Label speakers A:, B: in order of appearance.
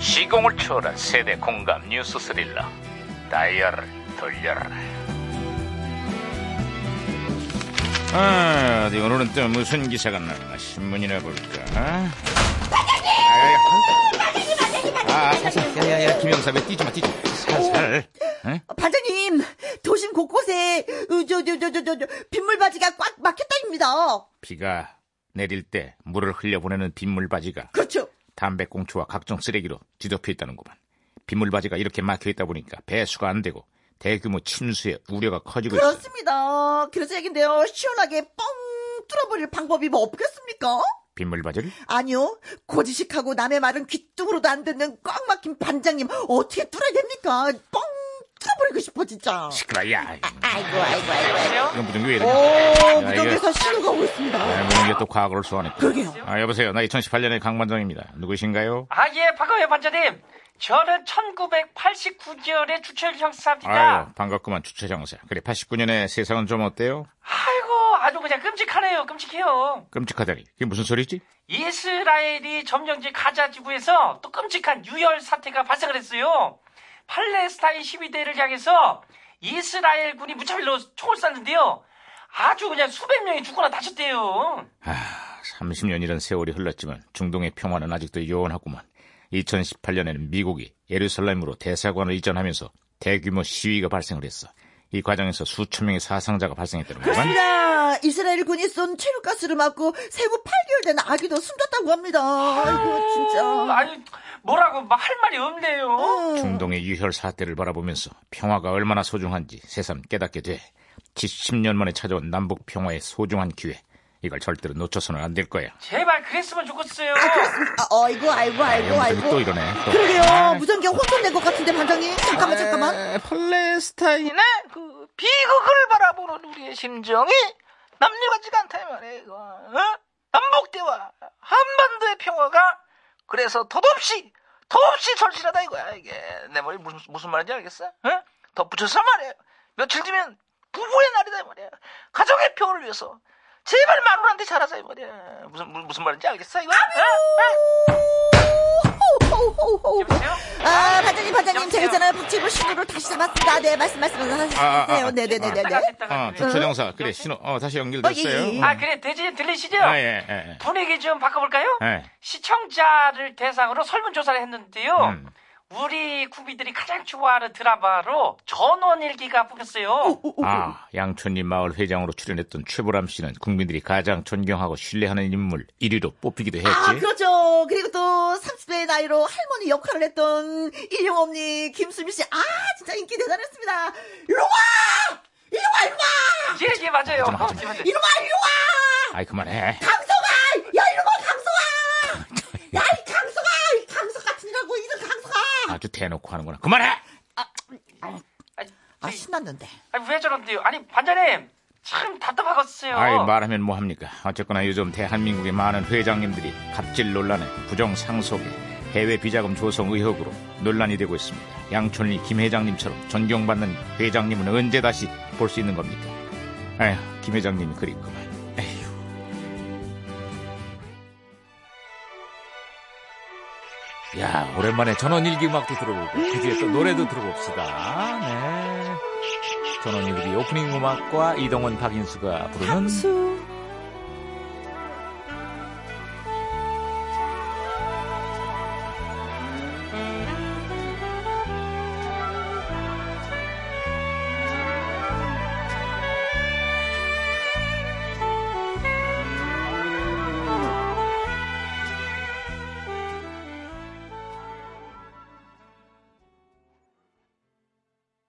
A: 시공을 초월한 세대 공감 뉴스 스릴러 다이얼을 돌려라 아, 어디 오늘은 또 무슨 기사가 나오나 신문이나 볼까 아, 반장님! 아, 사실 야야야 김영사 왜 뛰지마 뛰지마 살살 응?
B: 반장님, 도심 곳곳에 저 저 저 저 저 빗물 바지가 꽉 막혔다입니다.
A: 비가 내릴 때 물을 흘려보내는 빗물 바지가
B: 그렇죠.
A: 담배꽁초와 각종 쓰레기로 뒤덮여 있다는구만. 빗물바지가 이렇게 막혀 있다 보니까 배수가 안 되고 대규모 침수의 우려가 커지고 있어.
B: 그렇습니다. 그래서 얘긴데요. 시원하게 뻥 뚫어버릴 방법이 뭐 없겠습니까?
A: 빗물바지를?
B: 아니요. 고지식하고 남의 말은 귀뚱으로도 안 듣는 꽉 막힌 반장님 어떻게 뚫어야 됩니까? 뻥 뚫어버리고 싶어 진짜.
A: 시끄러, 야.
B: 아이고 어? 아이고 아이고.
A: 이건 무전기 왜 이러냐.
B: 아이고. 오,
A: 야,
B: 무전기에서 신호가 오고 있습니다.
A: 아, 무전기가 또 과거를 소환했다.
B: 그러게요.
A: 아, 여보세요. 나 2018년의 강반장입니다. 누구신가요?
C: 아, 예, 반가워요, 반장님. 저는 1989년에 주철
A: 아유,
C: 형사입니다.
A: 반갑구만, 주최장사. 그래, 89년에 세상은 좀 어때요?
C: 아이고, 아주 그냥 끔찍하네요, 끔찍해요.
A: 끔찍하다니. 그게 무슨 소리지?
C: 이스라엘이 점령지 가자지구에서 또 끔찍한 유혈 사태가 발생을 했어요. 팔레스타인 시위대를 향해서 이스라엘 군이 무차별로 총을 쐈는데요. 아주 그냥 수백 명이 죽거나 다쳤대요.
A: 아, 30년이란 세월이 흘렀지만 중동의 평화는 아직도 요원하구만. 2018년에는 미국이 예루살렘으로 대사관을 이전하면서 대규모 시위가 발생을 했어. 이 과정에서 수천 명의 사상자가 발생했다는 거만.
B: 그렇습니다. 이스라엘 군이 쏜 체류가스를 맞고 생후 8개월 된 아기도 숨졌다고 합니다. 아이고 진짜.
C: 어, 아유, 뭐라고 막 할 말이 없네요.
B: 어.
A: 중동의 유혈 사태를 바라보면서 평화가 얼마나 소중한지 새삼 깨닫게 돼. 70년 만에 찾아온 남북 평화의 소중한 기회. 이걸 절대로 놓쳐서는 안 될 거야.
C: 제발 그랬으면 좋겠어요.
B: 아, 그렇습니다. 아, 어이구, 아이고, 아이고,
A: 무슨
B: 아이고.
A: 또 이러네. 또.
B: 그러게요. 무전기가 혼선된 것 같은데, 반장님. 잠깐만, 잠깐만.
D: 에, 팔레스타인의 그 비극을 바라보는 우리의 심정이 남녀같지가 않다 이 말이에요 이거 어? 남북대화 한반도의 평화가 그래서 덧없이 덧없이 절실하다 이거야 이게 내 머리 무슨, 무슨 말인지 알겠어? 어? 덧붙여서 말이에요 며칠 뒤면 부부의 날이다 이 말이야 가정의 평화를 위해서 제발 마누라한테 잘하자 이 말이야 무슨 무슨- 무슨 말인지 알겠어 이거? 어? 어?
B: 호우, 호우, 호우.
C: 여보세요?
B: 아, 반장님, 반장님. 제가
C: 여보세요?
B: 있잖아요. 북치부 신호를 다시 잡았습니다. 네, 말씀, 말씀, 말씀
A: 아,
B: 하세요.
A: 아,
B: 네네네네.
C: 아,
B: 네.
A: 어, 주최장사. 그래, 신호, 어, 다시
B: 어, 예,
A: 연결됐어요.
B: 예.
C: 아, 그래, 대지 들리시죠?
A: 아, 예, 예.
C: 분위기 좀 바꿔볼까요?
A: 예.
C: 시청자를 대상으로 설문조사를 했는데요.
A: 음.
C: 우리 국민들이 가장 좋아하는 드라마로 전원일기가 뽑혔어요.
A: 아, 양촌리 마을 회장으로 출연했던 최보람 씨는 국민들이 가장 존경하고 신뢰하는 인물 1위로 뽑히기도 했지.
B: 아, 그렇죠. 그리고 또 30대의 나이로 할머니 역할을 했던 일용엄니 김수미 씨. 아, 진짜 인기 대단했습니다. 일로와! 일로와, 일로와!
C: 예, 예, 맞아요.
A: 하지마, 하지마.
C: 맞아요.
B: 일로와, 일로와!
A: 아이 그만해.
B: 강소가! 야, 일로와, 강소가! 야, 이 강소가! 이 강소 같은 이라고, 이런 강소가!
A: 아주 대놓고 하는구나. 그만해.
C: 아니,
B: 아 신났는데.
C: 아니, 왜 저런데요? 아니, 반장님, 참 답답하겠어요.
A: 아이 말하면 뭐 합니까? 어쨌거나 요즘 대한민국의 많은 회장님들이 갑질 논란에 부정 상속에 해외 비자금 조성 의혹으로 논란이 되고 있습니다. 양촌리 김 회장님처럼 존경받는 회장님은 언제 다시 볼 수 있는 겁니까? 아휴, 김 회장님이 그립구만.
E: 야 오랜만에 전원일기 음악도 들어보고 그 뒤에 또 노래도 들어봅시다 네 전원일기 오프닝 음악과 이동원 박인수가 부르는
B: 수